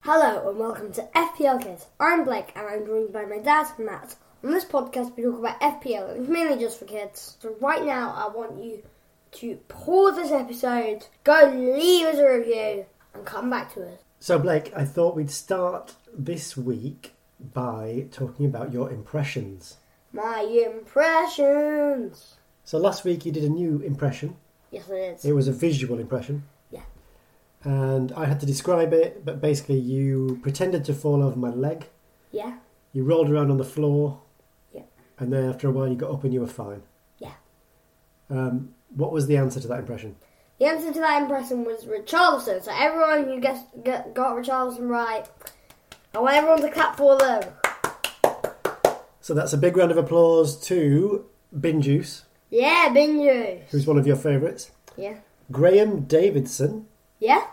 Hello and welcome to FPL Kids. I'm Blake and I'm joined by my dad, Matt. On this podcast, we talk about FPL and it's mainly just for kids. So, right now, I want you to pause this episode, go leave us a review, and come back to us. So, Blake, I thought we'd start this week by talking about your impressions. My impressions! So, last week you did a new impression. Yes, it is. It was a visual impression. Yeah. And I had to describe it, but basically, you pretended to fall over my leg, Yeah? you rolled around on the floor, Yeah. and then after a while, you got up and you were fine. Yeah. Um, what was the answer to that impression? The answer to that impression was Richarlison. So, everyone who guessed, get, got Richarlison right, I want everyone to clap for them. So, that's a big round of applause to Bin Juice, Yeah, Binju. who's one of your favourites, Yeah? Graham Davidson, Yeah?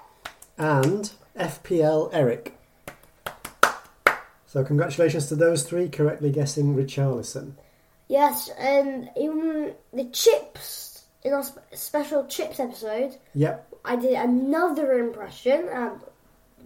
and FPL Eric. So congratulations to those three correctly guessing Richarlison. Yes, and in the chips in our sp- special chips episode, Yep. I did another impression. And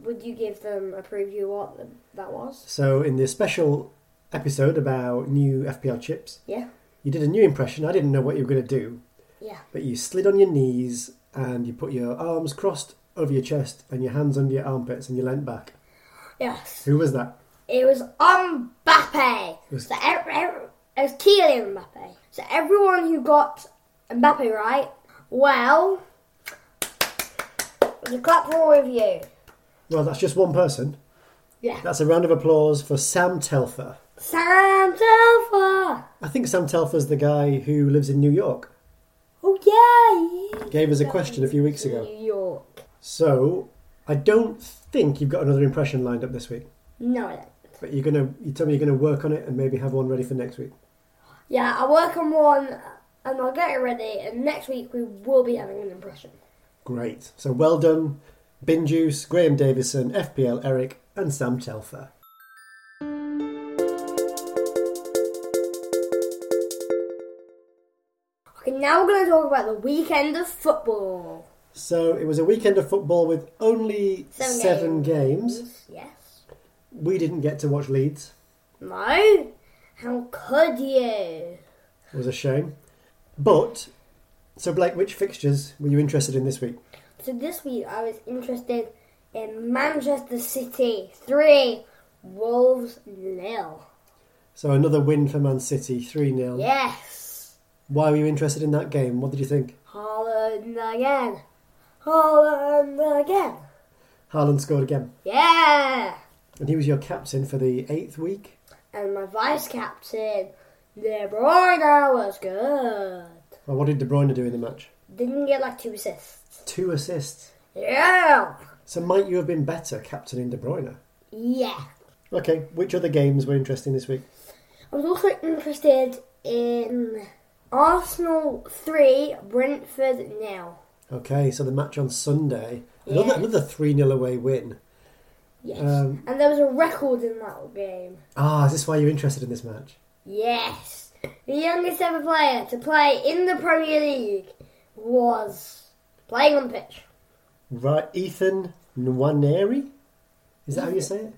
would you give them a preview what th- that was? So in the special episode about new FPL chips, Yeah, you did a new impression. I didn't know what you were going to do, yeah, but you slid on your knees and you put your arms crossed over your chest and your hands under your armpits and you leant back. yes. Who was that? It was Mbappe. was- So ev- ev- it was Kylian Mbappe. So everyone who got Mbappe right, well, the clap for all of you. Well, that's just one person. Yeah, That's a round of applause for Sam Telfer. Sam Telfer. I think Sam Telfer's the guy who lives in New York. Oh yeah. Gave us a question a few weeks ago. New York. So I don't think you've got another impression lined up this week, No, I don't. but you're gonna you tell me you're gonna work on it and maybe have one ready for next week. Yeah, I work on one and I'll get it ready, and next week we will be having an impression. Great. So well done, Bin Juice, Graham Davison, FPL Eric, and Sam Telfer. Okay, now we're going to talk about the weekend of football. So it was a weekend of football with only Seven seven, games. games. Yes. We didn't get to watch Leeds. No? How could you? It was a shame. But so Blake, which fixtures were you interested in this week? So this week I was interested in Manchester City 3, Wolves nil. So another win for Man City, three 0 Yes. Why were you interested in that game? What did you think? Holland again. Holland again. Haaland scored again. Yeah. And he was your captain for the eighth week. and my vice captain, De Bruyne, was good. Well, what did De Bruyne do in the match? Didn't get like two assists. Two assists. Yeah, So might you have been better captaining De Bruyne? yeah. Okay, which other games were interesting this week? I was also interested in Arsenal three, Brentford nil. Okay, so the match on Sunday. Yeah. Another another 3 0 away win. Yes, Um, and there was a record in that game. Ah, is this why you're interested in this match? Yes, the youngest ever player to play in the Premier League was playing on the pitch. Right, Ethan Nwaneri? Is that how you say it?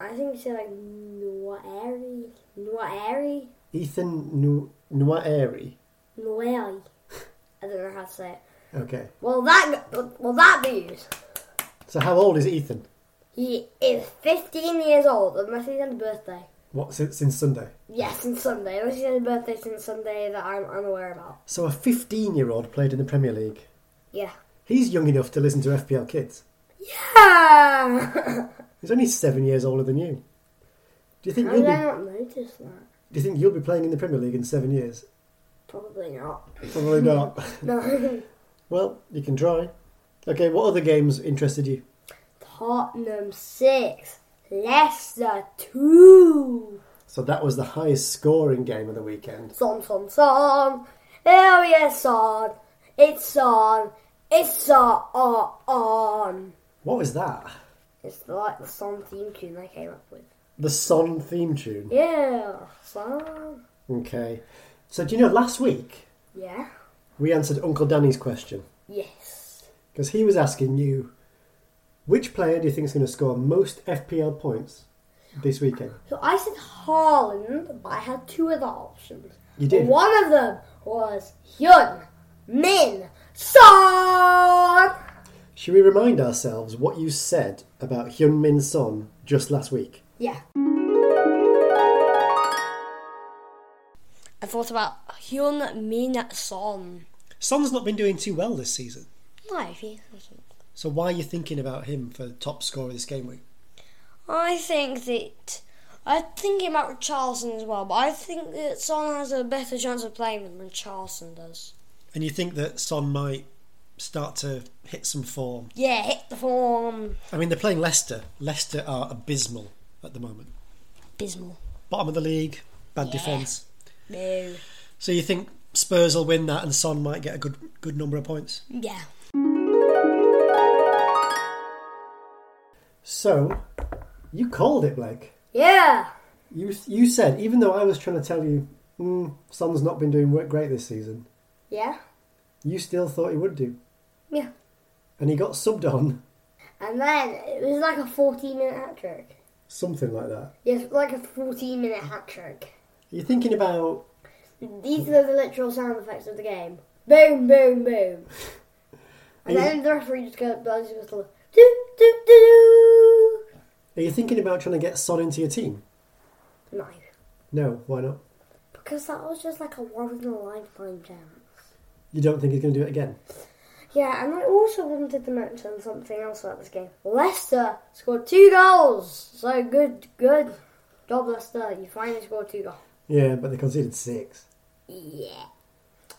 I think it's like Noiri, Noiri. Ethan Nu- Nwaneri. Noel. I don't know how to say it. Okay. Well, that well that means So how old is Ethan? he is 15 years old unless he's had a birthday. What, since, since Sunday? Yes, since Sunday. Unless he's had a birthday since Sunday that I'm unaware about. So a 15 year old played in the Premier League. Yeah. He's young enough to listen to FPL Kids. Yeah. He's only seven years older than you. Do you think How you'll did I be? not notice that? Do you think you'll be playing in the Premier League in seven years? Probably not. Probably not. No. well, you can try. Okay, what other games interested you? Tottenham six, Leicester two. So that was the highest scoring game of the weekend. Son, son, son. Oh yes, son. It's on. It's on. on. What was that? It's like the song theme tune I came up with. The Son theme tune. Yeah, song. Okay. So do you know last week Yeah. we answered Uncle Danny's question Yes. because he was asking you, Which player do you think is going to score most FPL points this weekend? So I said Haaland, but I had two other options. You did. One of them was Hyun Min Son. Should we remind ourselves what you said about Hyun Min Son just last week? Yeah. I thought about Hyun Min Son. Son's not been doing too well this season. No, he hasn't. So why are you thinking about him for top scorer this game week? I think that I'm thinking about Richarlison as well, but I think that Son has a better chance of playing than Richarlison does. And you think that Son might start to hit some form? Yeah, hit the form. I mean, they're playing Leicester. Leicester are abysmal at the moment. Abysmal. Bottom of the league, bad Yeah. defence. No. So you think Spurs will win that and Son might get a good good number of points? Yeah. So, you called it, Blake. Yeah. You you said even though I was trying to tell you, mm, Son's not been doing work great this season. Yeah. You still thought he would do, Yeah. and he got subbed on And then it was like a 14 minute hat trick. something like that. Yes, like a 14 minute hat trick. Are you thinking about? These are the literal sound effects of the game. Boom, boom, boom. And Yeah. then the referee just goes, blows his whistle. Do, do, do, Are you thinking about trying to get Son into your team? do. No. No, why not? Because that was just like a one in a lifetime jam. You don't think he's going to do it again? Yeah, and I also wanted to mention something else about this game. Leicester scored two goals. So good, good job, Leicester. You finally scored two goals. Yeah, but they conceded six. Yeah.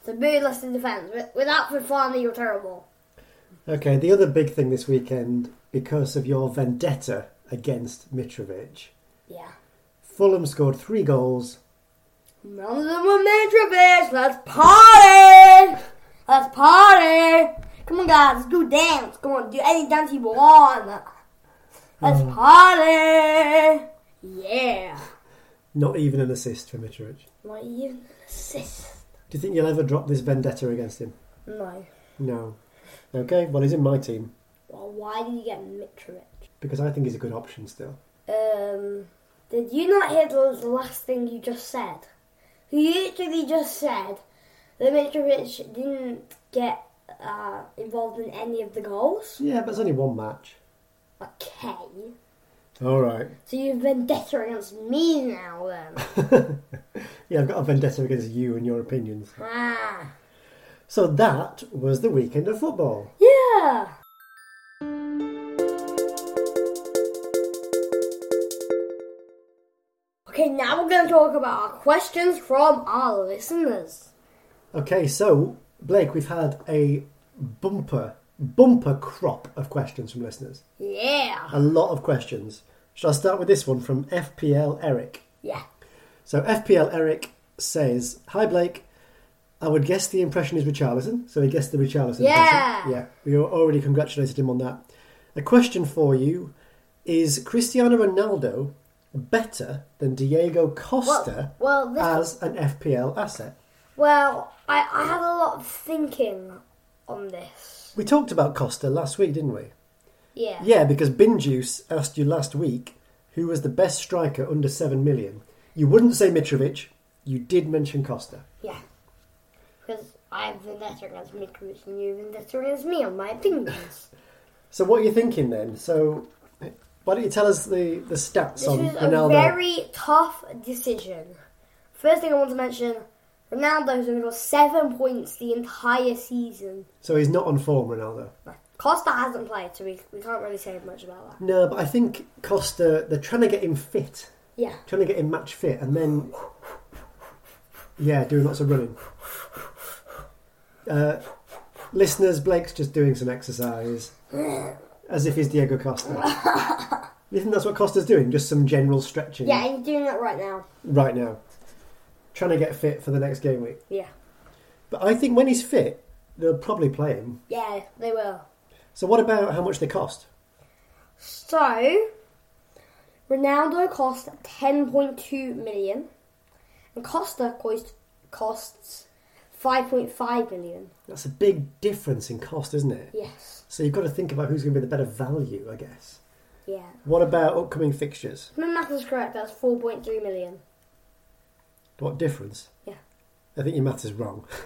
So boo Leicester defence. With- Without Fofana, you're terrible. Okay, the other big thing this weekend, because of your vendetta against Mitrovic, Yeah. Fulham scored three goals. None of them were Mitrovic. Let's party. Let's party. Come on, guys. Let's do dance. Come on, do any dance you want. Let's party. Yeah. Not even an assist for Mitrovic. Not even an assist. Do you think you'll ever drop this vendetta against him? No. No. Okay, well, he's in my team Well, why did you get Mitrovic? because I think he's a good option still. Um, did you not hear the the last thing you just said? You literally just said that Mitrovic didn't get uh, involved in any of the goals. Yeah, but it's only one match. Okay. All right. So you've vendetta against me now then. Yeah, I've got a vendetta against you and your opinions. ah. So that was the weekend of football. Yeah. Okay, now we're going to talk about our questions from our listeners. Okay, so Blake, we've had a bumper, bumper crop of questions from listeners. Yeah. A lot of questions. Shall I start with this one from FPL Eric? Yeah. So FPL Eric says, "Hi Blake, I would guess the impression is Richarlison." So he guessed the Richarlison. Yeah. impression. yeah. We already congratulated him on that. A question for you: Is Cristiano Ronaldo better than Diego Costa Well, this as an FPL asset? Well, I, I had a lot of thinking on this. We talked about Costa last week, didn't we? Yeah. Yeah, because Bin Juice asked you last week who was the best striker under seven million. You wouldn't say Mitrovic. You did mention Costa. Yeah. Because I have vendetta against Mitrovic and you have vendetta against me on my opinions. So what are you thinking then? So why don't you tell us the, the stats this on was a Ronaldo? very tough decision. First thing I want to mention, Ronaldo's only got seven points the entire season. So he's not on form, Ronaldo. Costa hasn't played, so we, we can't really say much about that. No, but I think Costa they're trying to get him fit, Yeah. trying to get him match fit, and then yeah, doing lots of running. Uh, listeners, Blake's just doing some exercise, as if he's Diego Costa. you think that's what Costa's doing? Just some general stretching Yeah, and you're doing that right now. right now, trying to get fit for the next game week. Yeah. But I think when he's fit, they'll probably play him. Yeah, they will. So what about how much they cost? So, Ronaldo cost 10.2 million, and Costa cost, costs 5.5 million. That's a big difference in cost, isn't it? Yes. So you've got to think about who's going to be the better value, I guess. Yeah. What about upcoming fixtures? If my math is correct, that's 4.3 million. What difference? Yeah. I think your math is wrong.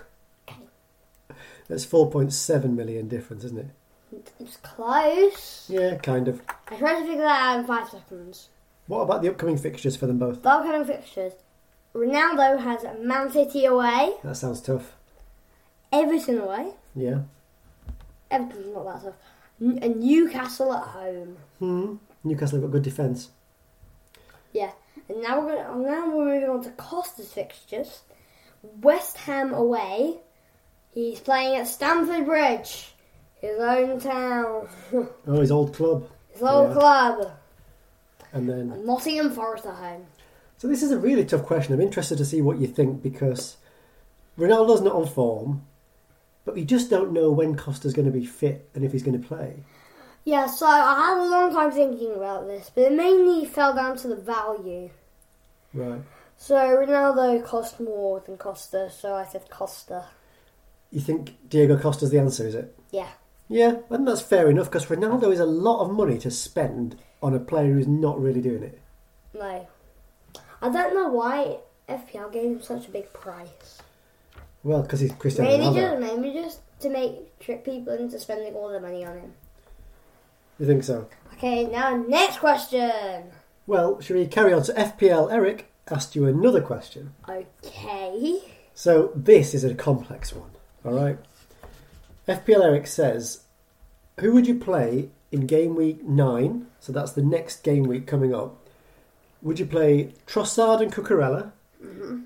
That's 4.7 million difference, isn't it? It's close. Yeah, kind of. I tried to figure that out in five seconds. What about the upcoming fixtures for them both? The upcoming fixtures. Ronaldo has Man City away, That sounds tough. Everton away, Yeah. Everton's not that tough, N- and Newcastle at home. Hmm. Newcastle have got good defence. Yeah, and now we're gonna, oh, now we're moving on to Costa's fixtures. West Ham away. He's playing at Stamford Bridge, his own town, Oh, his old club. his old Yeah. club. And then. And Nottingham Forest at home. So this is a really tough question. I'm interested to see what you think because Ronaldo's not on form, but we just don't know when Costa's going to be fit and if he's going to play. Yeah, so I had a long time thinking about this, but it mainly fell down to the value. Right. So Ronaldo cost more than Costa, so I said Costa. You think Diego Costa's the answer, is it? Yeah. Yeah, I think that's fair enough because Ronaldo is a lot of money to spend on a player who's not really doing it. No. I don't know why FPL gave him such a big price. Well, because he's Cristiano Maybe Ronaldo. just, maybe just to make trick people into spending all their money on him. You think so? Okay, now next question. Well, should we carry on? So FPL Eric asked you another question. Okay. So this is a complex one. All right. FPL Eric says, "Who would you play in game week nine? So that's the next game week coming up. Would you play Trossard and Cucurella,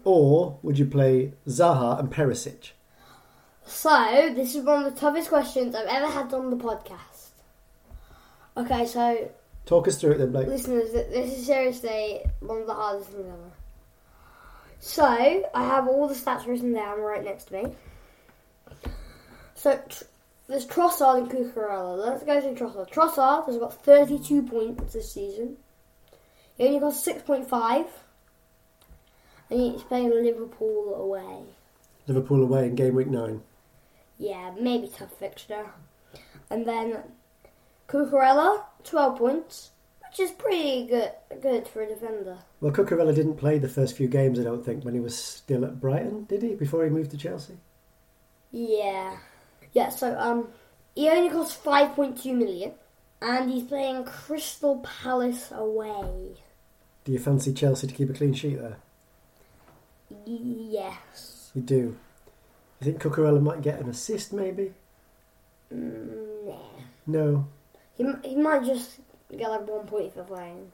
or would you play Zaha and Perisic?" So, this is one of the toughest questions I've ever had on the podcast. Okay, so Talk us through it then, Blake. Listeners, th- this is seriously one of the hardest things ever. So, I have all the stats written down right next to me. So, tr- there's Trossard and Cucurella. Let's go through Trossard. Trossard has got 32 points this season. He only got 6.5. And he's playing Liverpool away. Liverpool away in game week nine. Yeah, maybe tough fixture. And then Cucurella, 12 points, which is pretty good good for a defender. Well, Cucurella didn't play the first few games, I don't think, when he was still at Brighton, did he? Before he moved to Chelsea. Yeah. Yeah, so um he only costs 5.2 million and he's playing Crystal Palace away. Do you fancy Chelsea to keep a clean sheet there? Yes. You do. You think Cucurella might get an assist, maybe? Mm, nah. No. He, m- he might just get like one point for playing.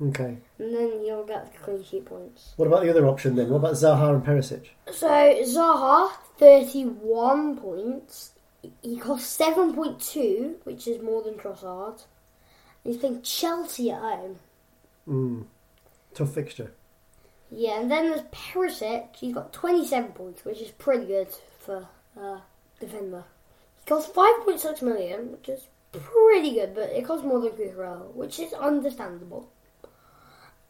Okay. And then he'll get the clean sheet points. What about the other option then? What about Zaha and Perisic? So Zaha, thirty-one points. He costs seven point two, which is more than Trossard. He's playing Chelsea at home. Mm. Tough fixture. Yeah, and then there's Perisic. He's got twenty-seven points, which is pretty good for uh, defender. He costs five point six million, which is pretty good, but it costs more than Cucurella, which is understandable.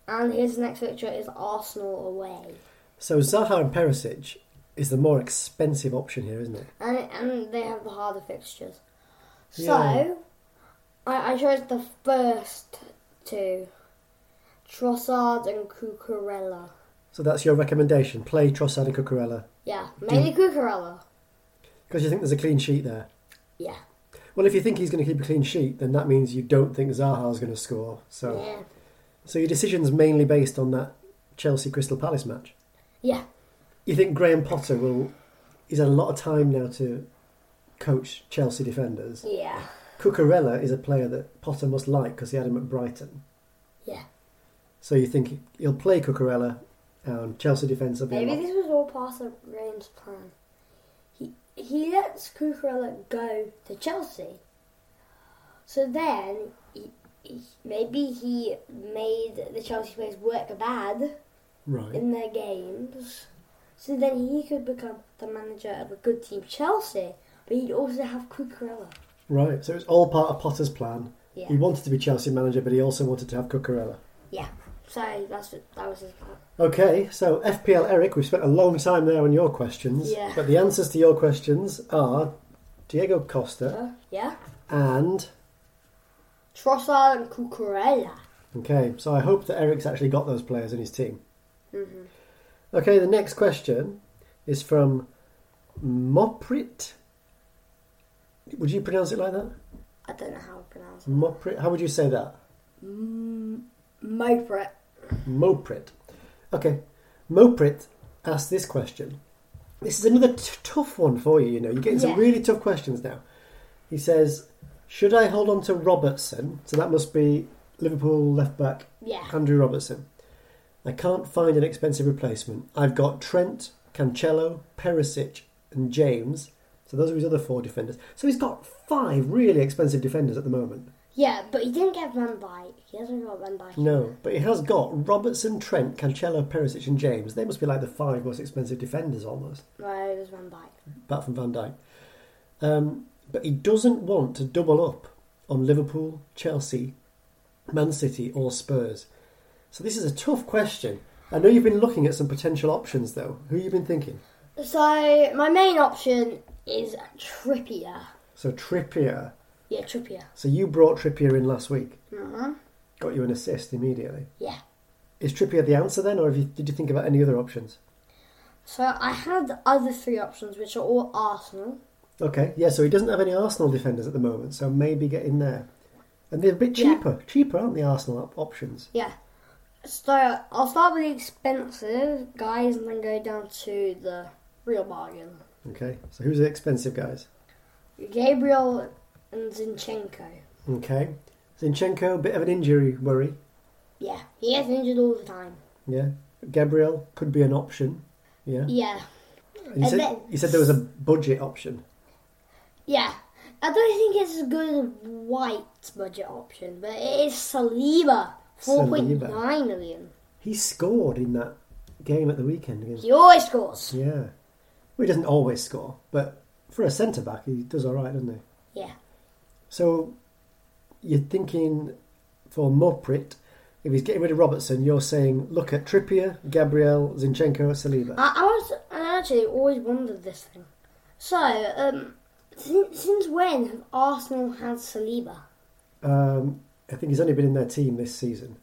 And his next fixture is Arsenal away. So Zaha and Perisic is the more expensive option here, isn't it? and and they have the harder fixtures. So, Yeah. I, I chose the first two, Trossard and Cucurella. So that's your recommendation. Play Trossard and Cucurella. Yeah, mainly Cucurella. Because you think there's a clean sheet there. Yeah, Well, if you think he's going to keep a clean sheet, then that means you don't think Zaha's going to score. So, yeah, so your decision's mainly based on that Chelsea Crystal Palace match. yeah. You think Graham Potter will? He's had a lot of time now to coach Chelsea defenders. Yeah, Cucurella is a player that Potter must like because he had him at Brighton. yeah. So you think he'll play Cucurella, and Chelsea defence will be a Maybe lot- this was all part of Graham's plan. He he lets Cucurella go to Chelsea. So then, he, he, maybe he made the Chelsea players work bad. right. in their games. So then he could become the manager of a good team, Chelsea, but he'd also have Cucurella. Right. So it's all part of Potter's plan. Yeah. He wanted to be Chelsea manager, but he also wanted to have Cucurella. Yeah. So that's what, that was his plan. Okay, so FPL Eric, we've spent a long time there on your questions. Yeah. But the answers to your questions are Diego Costa, Uh, yeah. and Trossard and Cucurella. okay. So I hope that Eric's actually got those players in his team. Okay, the next question is from Moprit. Would you pronounce it like that? I don't know how to pronounce it. Moprit. How would you say that? Mopret. Moprit. Okay, Moprit asked this question. This is another t- tough one for you, you know. You're getting some Yeah. really tough questions now. He says, Should I hold on to Robertson? So that must be Liverpool left back Yeah. Andrew Robertson. I can't find an expensive replacement. I've got Trent, Cancelo, Perisic, and James. So those are his other four defenders. So he's got five really expensive defenders at the moment. Yeah, but he didn't get Van Dyke. He hasn't got Van Dyke. No, but he has got Robertson, Trent, Cancelo, Perisic, and James. They must be like the five most expensive defenders almost, No, it was Van Dyke. apart from Van Dijk. Um, but he doesn't want to double up on Liverpool, Chelsea, Man City, or Spurs. So this is a tough question. I know you've been looking at some potential options though. Who you been thinking? So my main option is Trippier. So Trippier. Yeah, Trippier. So you brought Trippier in last week. hmm Got you an assist immediately. Yeah. Is Trippier the answer then, or have you, did you think about any other options? So I had the other three options, which are all Arsenal. Okay, yeah, so he doesn't have any Arsenal defenders at the moment, so maybe get in there. And they're a bit Yeah. cheaper. Cheaper, aren't the Arsenal op- options? Yeah. So I'll start with the expensive guys and then go down to the real bargain. Okay, so who's the expensive guys? Gabriel and Zinchenko. Okay, Zinchenko, a bit of an injury worry. Yeah, he gets injured all the time. Yeah, Gabriel could be an option. Yeah, Yeah, And you I said, bet- you said there was a budget option. yeah. I don't think it's as good as White's budget option, but it is Saliba, four point nine million. He scored in that game at the weekend against. He always scores. Yeah, well, he doesn't always score, but for a centre back, he does all right, doesn't he? Yeah, So you're thinking for Moprit, if he's getting rid of Robertson, you're saying look at Trippier, Gabriel, Zinchenko, Saliba. I, I was. I actually always wondered this thing. So, um, since, since when have Arsenal had Saliba? Um, I think he's only been in their team this season.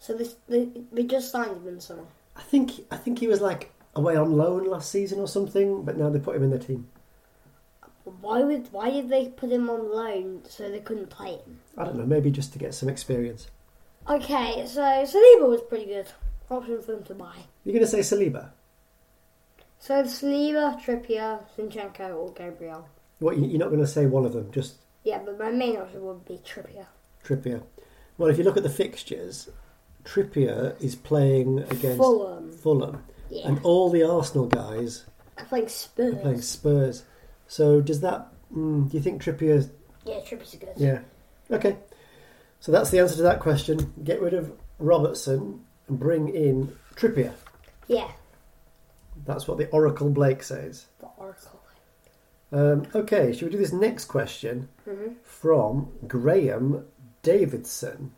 So this they, they just signed him in summer. I think I think he was like away on loan last season or something, but now they put him in their team. Why would why did they put him on loan so they couldn't play him? I don't know, maybe just to get some experience. Okay, so Saliba was pretty good option for them to buy. You're going to say Saliba? So it's Saliba, Trippier, Zinchenko, or Gabriel. What you- you're not going to say one of them, just Yeah, but my main option would be Trippier. Trippier. Well, if you look at the fixtures, Trippier is playing against Fulham. Fulham, um, Yeah, and all the Arsenal guys I'm playing Spurs. They're playing Spurs. So does that? Mm, do you think Trippier? Yeah, Trippier's good. Yeah. Okay. So that's the answer to that question. Get rid of Robertson and bring in Trippier. yeah, That's what the Oracle Blake says. the Oracle. Um, okay. Should we do this next question Mhm. from Graham Davidson?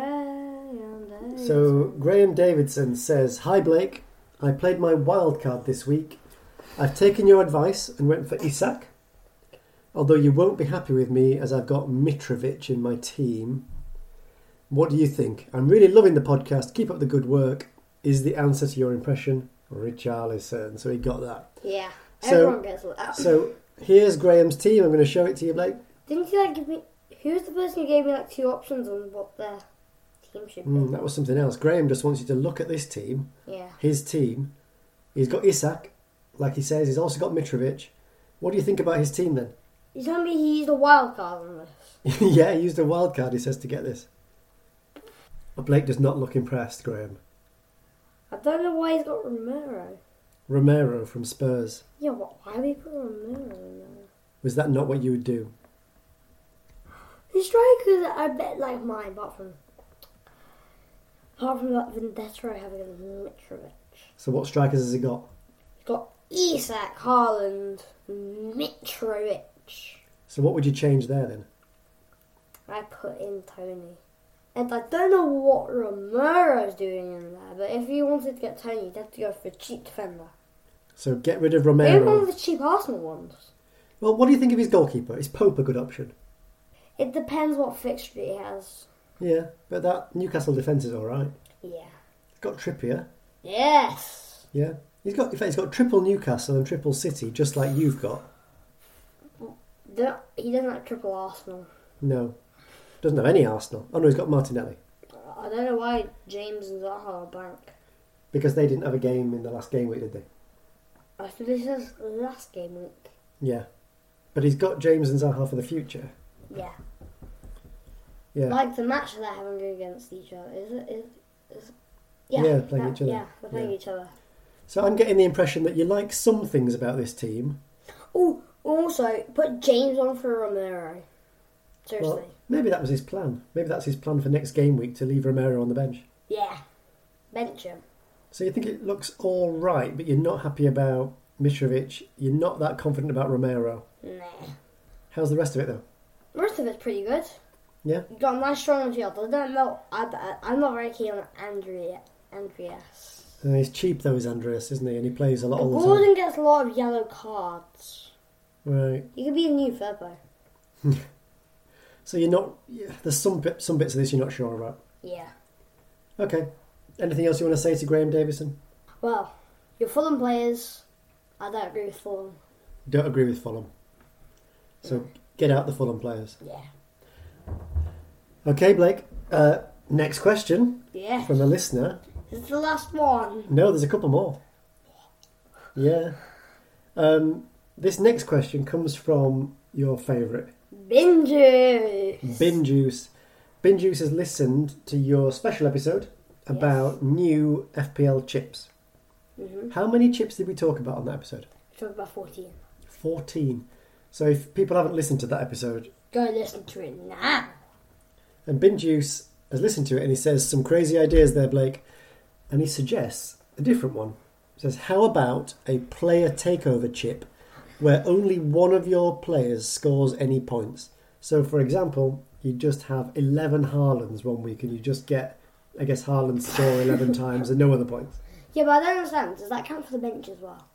Graham. Davis. So Graham Davidson says, "Hi Blake, I played my wild card this week. I've taken your advice and went for Isak. Although you won't be happy with me as I've got Mitrovic in my team. What do you think? I'm really loving the podcast. Keep up the good work. Is the answer to your impression Richarlison?" So he got that. yeah, So- everyone gets Oh, that. So here's Graham's team. I'm going to show it to you, Blake. Didn't you like give me? Who was the person who gave me like two options on what their team should be? Mm, that was something else. Graham just wants you to look at this team Yeah. his team. He's got Isak, like he says. He's also got Mitrovic. What do you think about his team then? You tell me he used a wild card on this. yeah, he used a wild card, he says, to get this. But Blake does not look impressed, Graham. I don't know why he's got Romero. Romero from Spurs. Yeah, what? Why would he put Romero in there? Was that not what you would do? His strikers are a bit like mine, apart from apart from that vendetta I have against Mitrovic. So, what strikers has he got? He's got Isak, Haaland, Mitrovic. So, what would you change there then? I put in Tony. And I don't know what Romero's doing in there, but if you wanted to get Tony, you'd have to go for a cheap defender. So, get rid of They were one Romero. of the cheap Arsenal ones. Well, what do you think of his goalkeeper? Is Pope a good option? It depends what fixture he has. Yeah, but that Newcastle defence is all right. Yeah. Got Trippier. Yes. Yeah, he's got. In fact, he's got triple Newcastle and triple City, just like you've got. Don't, he doesn't have triple Arsenal. No, doesn't have any Arsenal. Oh no, he's got Martinelli I don't know why James and Zaha are blank. because they didn't have a game in the last game week, did they? I think this is the last game week. Yeah, but he's got James and Zaha for the future. Yeah. Yeah, Like the match they're having against each other. Is it? Is, is, yeah. Yeah, playing each other. Yeah, they're playing Yeah. each other. so I'm getting the impression that you like some things about this team. Oh, also put James on for Romero. Seriously. Well, maybe that was his plan. Maybe that's his plan for next game week to leave Romero on the bench. Yeah. Bench him. So you think it looks all right, but you're not happy about Mitrovic. You're not that confident about Romero. Nah. How's the rest of it though? The rest of it's pretty good. Yeah. You've got a nice strong midfield. I don't know. I, I- I'm not very keen on Andrea. Andreas. Uh, he's cheap though, is Andreas, isn't he? And he plays a lot all the time. Gordon gets a lot of yellow cards. Right. He could be a new Furbo. So you're not. Yeah, there's some bit, some bits of this you're not sure about. Yeah. Okay. Anything else you want to say to Graham Davison? Well, your Fulham players. I don't agree with Fulham. Don't agree with Fulham. So get out the Fulham players. Yeah. Okay, Blake. Uh, next question Yeah. from a listener. This is the last one. No, there's a couple more. Yeah. Um, this next question comes from your favourite, Binju. Bin Juice. Bin Juice has listened to your special episode about new FPL chips. Mhm. How many chips did we talk about on that episode? Talk about 14. 14. So if people haven't listened to that episode, Go listen to it now. and Bin Juice has listened to it and he says some crazy ideas there, Blake, and he suggests a different one. He says, How about a player takeover chip where only one of your players scores any points? So, for example, you just have 11 Haalands one week and you just get, I guess, Haaland score 11 times and no other points. Yeah, but I don't understand. Does that count for the bench as well?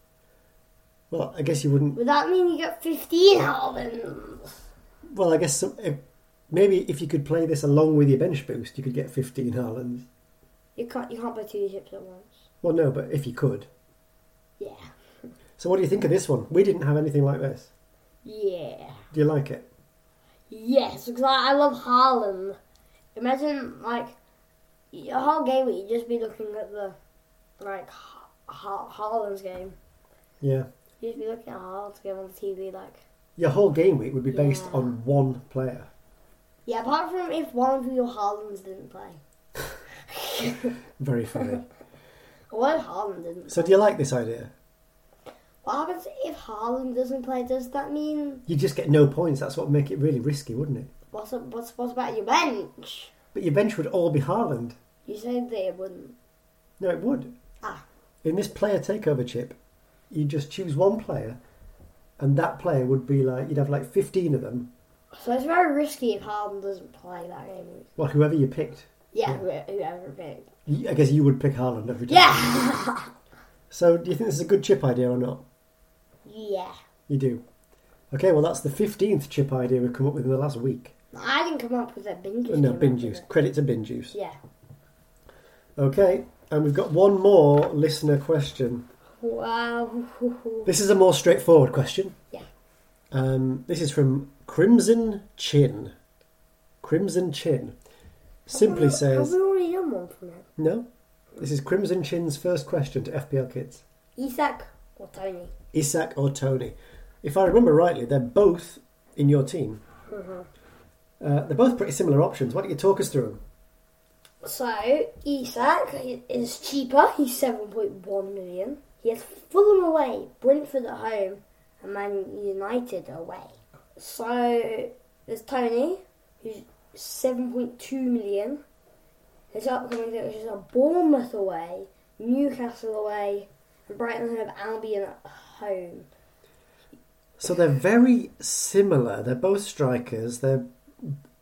Well, I guess you wouldn't Would that mean you get 15 Harlands? Well, I guess some, if, maybe if you could play this along with your bench boost, you could get 15 Haalands. You can't, you can't play two ships at once. Well, no, but if you could. Yeah. So, what do you think of this one? We didn't have anything like this. Yeah. Do you like it? Yes, because I, I love Haaland. Imagine, like, your whole game week, you'd just be looking at the, like, ha- ha- Haaland's game. Yeah. You'd be looking at Haaland's game on the TV, like. Your whole game week would be based Yeah. on one player. Yeah, apart from if one of your Haalands didn't play. Very funny. What if Haaland didn't? so, do you like this idea? What happens if Haaland doesn't play? Does that mean You just get no points. That's what would make it really risky, wouldn't it? what's up, what's what's about your bench? But your bench would all be Haaland. You said that it wouldn't. No, it would. Ah. In this player takeover chip, you just choose one player, and that player would be like, you'd have like 15 of them. So it's very risky if Haaland doesn't play that game. Well, whoever you picked. Yeah, who- whoever picked. You- I guess you would pick Haaland every time. Yeah. So do you think this is a good chip idea or not? yeah. You do. Okay, well that's the fifteenth chip idea we've come up with in the last week. I didn't come up with that bin juice. no, came bin up with juice. it. Credit to bin juice. Yeah. Okay, and we've got one more listener question. Wow. This is a more straightforward question. Yeah. Um, this is from Crimson Chin. Crimson Chin simply Have we- Have says we already done one from him? no. This is Crimson Chin's first question to FPL kids. Isak or Tony? Isak or Tony. If I remember rightly, they're both in your team. Mhm. Uh, they're both pretty similar options. Why don't you talk us through them? So Isak is cheaper. He's seven point one million. He has Fulham away, Brentford at home, and Man United away. So there's Tony, who's seven point two million. His upcoming game is a Bournemouth away, Newcastle away, and Brighton have Albion at home. So they're very similar. They're both strikers. They're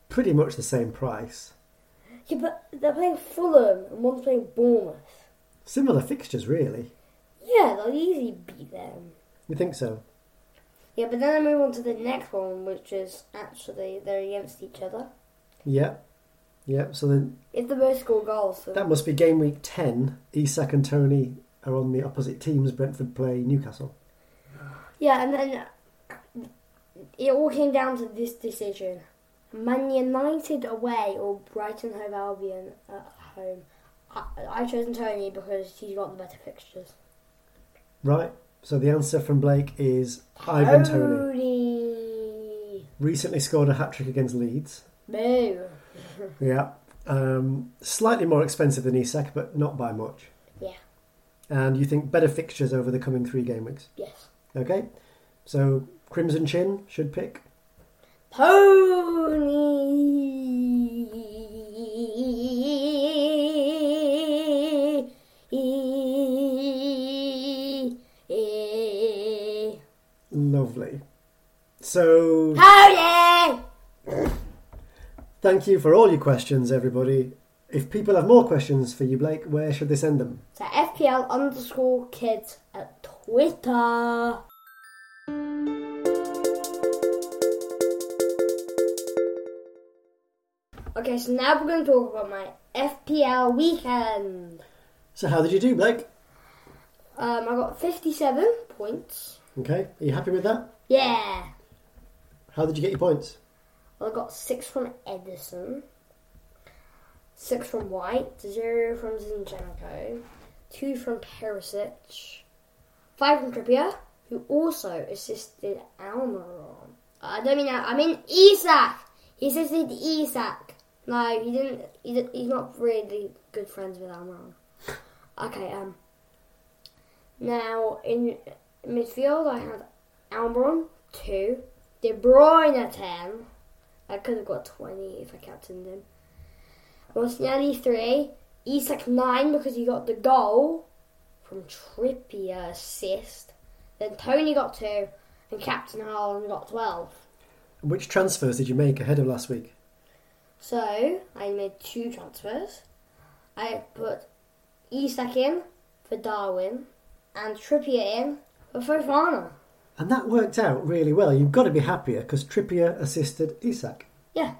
pretty much the same price. Yeah, but they're playing Fulham and one's playing Bournemouth. Similar fixtures, really. Yeah, they'll easily beat them. You think so? Yeah, but then I move on to the next one, which is actually they're against each other. Yeah. Yeah. So then If they both score goals, then that must be game week 10. Isak and Tony are on the opposite teams. Brentford play Newcastle. yeah, and then uh, it all came down to this decision: Man United away or Brighton Hove Albion at home. I, I've chosen Tony because he's got the better fixtures. Right. So the answer from Blake is Oh. Ivan Tony. Tony. Recently scored a hat trick against Leeds. Boo. Yeah. Um, slightly more expensive than Isak, but not by much. Yeah. And you think better fixtures over the coming three game weeks. Yes. Okay. So Crimson Chin should pick. Pony. Lovely. So Pony. thank you for all your questions, everybody. If people have more questions for you, Blake, where should they send them? So FPL underscore kids at Twitter. Okay, so now we're going to talk about my FPL weekend. So how did you do, Blake? Um, I got 57 points. Okay. Are you happy with that? Yeah. How did you get your points? Well, I got six from Edison, six from White, zero from Zinchenko, two from Perisic, five from Trippier, who also assisted Almiron. I don't mean that. I mean Isak. He assisted Isak. No, he didn't. He, di- he's not really good friends with Almiron. Okay. Um. Now in midfield, I had Almiron two, De Bruyne ten. I could have got 20 if I captained him. Rosnelli 3, Isak 9 because he got the goal from Trippier assist. Then Tony got 2, and Captain Harlan got 12. Which transfers did you make ahead of last week? So I made two transfers. I put Isak in for Darwin and Trippier in for Fofana. And that worked out really well. You've got to be happier because Trippier assisted Isak. Yeah,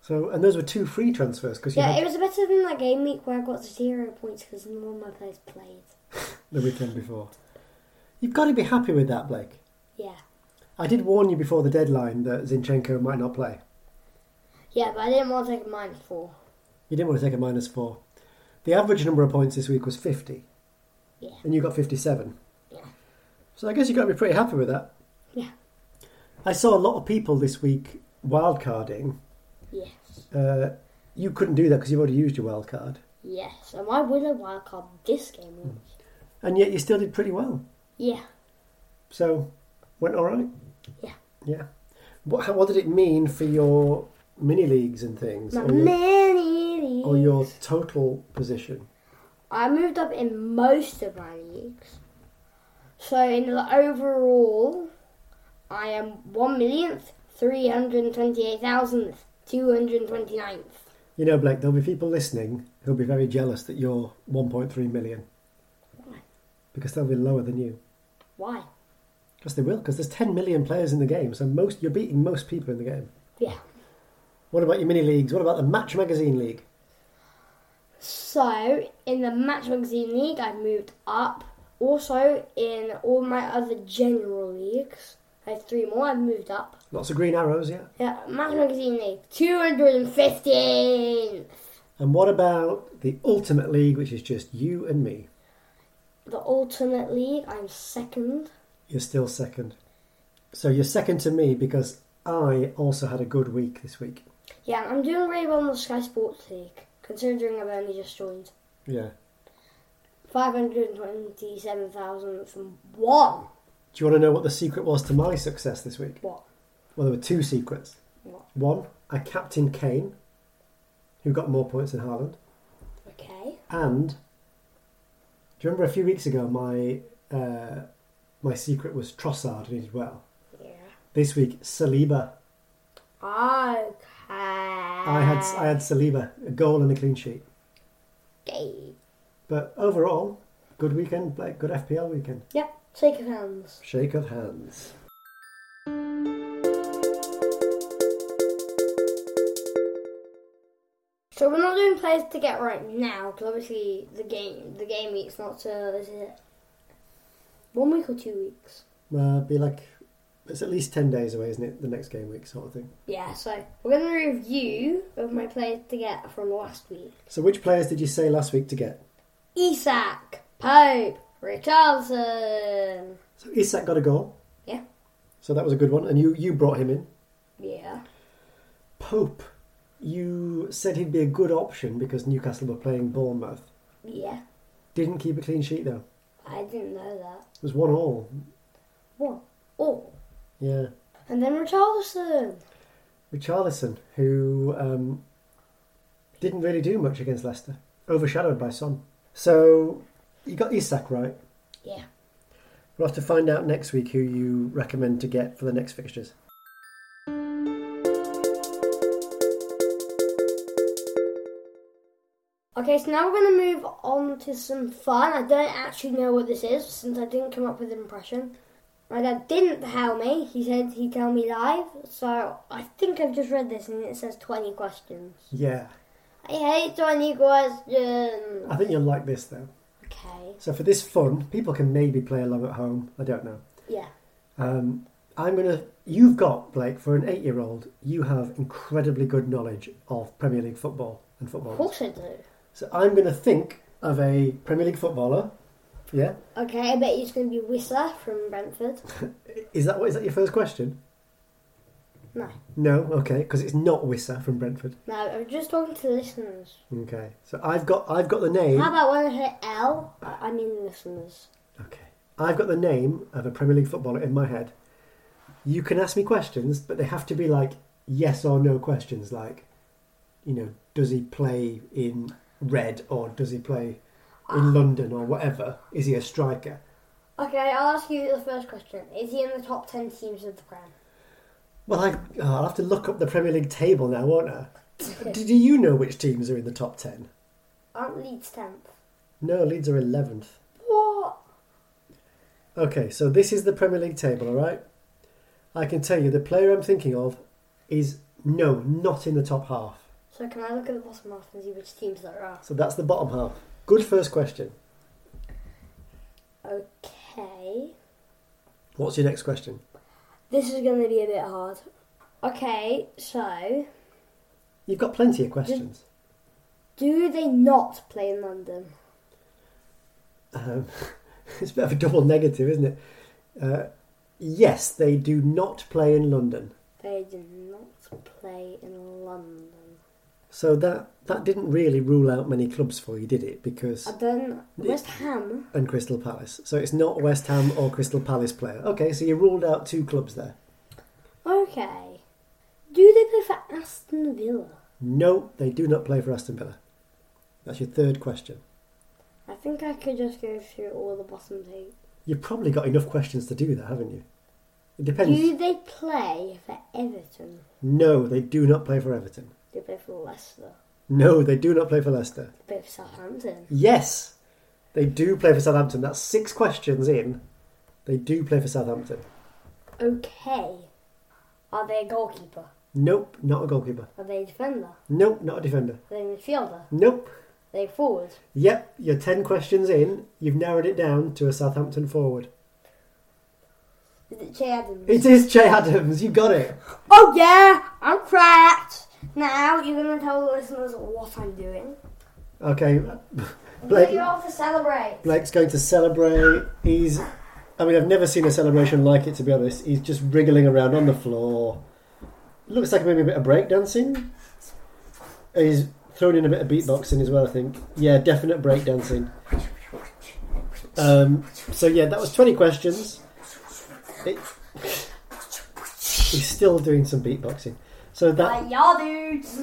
So, and those were two free transfers because you yeah, had it was better than that game week where I got zero points because none of my players played. the weekend before. You've got to be happy with that, Blake. Yeah. I did warn you before the deadline that Zinchenko might not play. Yeah, but I didn't want to take a minus 4. You didn't want to take a minus four. The average number of points this week was 50. Yeah. And you got 57. Yeah. So I guess you've got to be pretty happy with that. Yeah. I saw a lot of people this week wildcarding. Yes. Uh, you couldn't do that because you've already used your wildcard. Yes, and why would a wild card this game? week? And yet you still did pretty well. Yeah, So, went all right. Yeah. Yeah. What how, what did it mean for your mini leagues and things, my or your, mini leagues. or your total position? I moved up in most of my leagues. So in the overall, I am one millionth, three hundred twenty-eight thousandth, two hundred twenty-ninth. You know, Blake, there'll be people listening who'll be very jealous that you're 1.3 million Why? because they'll be lower than you. Why? Because they will, because there's 10 million players in the game, so most you're beating most people in the game. Yeah. What about your mini leagues? What about the Match Magazine League? So in the Match Magazine League, I moved up. Also in all my other general leagues, I have three more. I've moved up. Lots of green arrows, yeah. Yeah, Match Magazine League, 215. And what about the Ultimate League, which is just you and me? The Alternate League, I'm second. You're still second. So you're second to me because I also had a good week this week. Yeah, I'm doing really well in the Sky Sports League, considering I've only just joined. Yeah. 527,000 from one. Do you want to know what the secret was to my success this week? What? Well, there were two secrets. What? One, I captained Kane, who got more points than Haaland. Okay. And do you remember a few weeks ago my uh, my secret was Trossard and he did well. Yeah. This week Saliba. Okay. I had I had Saliba, a goal and a clean sheet. Okay. But overall, good weekend, like good FPL weekend. Yep, shake of hands. Shake of hands. So we're not doing players to get right now because obviously the game the game week's not so is it one week or two weeks? Uh, be like, it's at least 10 days away, isn't it? The next game week sort of thing. Yeah. So we're gonna review of my players to get from last week. So which players did you say last week to get? Isak, Pope, Richardson. So Isak got a goal. Yeah. So that was a good one. And you, you brought him in. Yeah. Pope, you said he'd be a good option because Newcastle were playing Bournemouth. Yeah. Didn't keep a clean sheet though. I didn't know that. It was one all. One. Oh. Yeah. And then Richardson. Richarlison, who um, didn't really do much against Leicester, overshadowed by Son. So you got Isak right. Yeah. We'll have to find out next week who you recommend to get for the next fixtures. Okay, so now we're going to move on to some fun. I don't actually know what this is since I didn't come up with an impression. My dad didn't tell me. He said he'd tell me live. So I think I've just read this and it says 20 questions. Yeah. I hate 20 questions. I think you'll like this though. Okay. So for this fun, people can maybe play along at home. I don't know. Yeah. Um, I'm gonna. You've got Blake for an eight-year-old. You have incredibly good knowledge of Premier League football and Of football. course I do. So I'm gonna think of a Premier League footballer. Yeah. Okay, I bet it's going to be Whistler from Brentford. Is that what? Is that your first question? No. No. Okay. Because it's not Wissa from Brentford. No, I'm just talking to listeners. Okay. So I've got. I've got the name. How about when I hit L? I I mean listeners. Okay. I've got the name of a Premier League footballer in my head. You can ask me questions, but they have to be like yes or no questions. Like, you know, does he play in red or does he play in London or whatever? Is he a striker? Okay, I'll ask you the first question. Is he in the top 10 teams of the Prem? Well, I, oh, I'll have to look up the Premier League table now, won't I? Do, do you know which teams are in the top 10? Aren't Leeds 10th? No, Leeds are 11th. What? Okay, so this is the Premier League table, all right? I can tell you the player I'm thinking of is no, not in the top half. So can I look at the bottom half and see which teams there are? So that's the bottom half. Good first question. Okay. What's your next question? This is going to be a bit hard. Okay, so You've got plenty of questions. do they not play in London? Um, it's a bit of a double negative, isn't it? Uh, yes, they do not play in London. They do not play in London. So that that didn't really rule out many clubs for you, did it? Because I don't. Yeah. West Ham? and Crystal Palace. So it's not West Ham or Crystal Palace player. Okay, so you ruled out two clubs there. Okay. Do they play for Aston Villa? No, they do not play for Aston Villa. That's your third question. I think I could just go through all the bottom eight. You've probably got enough questions to do that, haven't you? It depends. Do they play for Everton? No, they do not play for Everton. They play for Leicester. No, they do not play for Leicester. They play for Southampton. Yes, they do play for Southampton. That's six questions in. They do play for Southampton. Okay. Are they a goalkeeper? Nope, not a goalkeeper. Are they a defender? Are Nope, not a defender. they a midfielder? Are Nope. they a forward? Yep, you're ten questions in. You've narrowed it down to a Southampton forward. Is it Che Adams? It is Che Adams. You got it. oh yeah! I'm cracked! Now you're gonna tell the listeners what I'm doing. Okay, Blake. Blake. You're off to celebrate. Blake's going to celebrate. He's. I mean, I've never seen a celebration like it, to be honest. He's just wriggling around on the floor. Looks like maybe a bit of break dancing. He's thrown in a bit of beatboxing as well, I think. Yeah, definite break dancing. Um, so, yeah, that was 20 questions. It- he's still doing some beatboxing. So that, Like y'all dudes.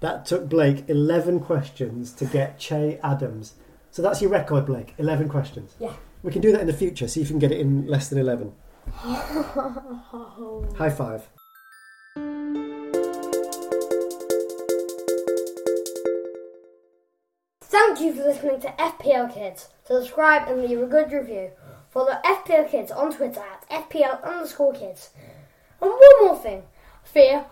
that took Blake 11 questions to get Che Adams. So that's your record, Blake. 11 questions. Yeah. We can do that in the future, see if you can get it in less than 11. oh. High five. Thank you for listening to FPL Kids. Subscribe and leave a good review. Follow FPL Kids on Twitter at FPL underscore kids. And one more thing. Fear.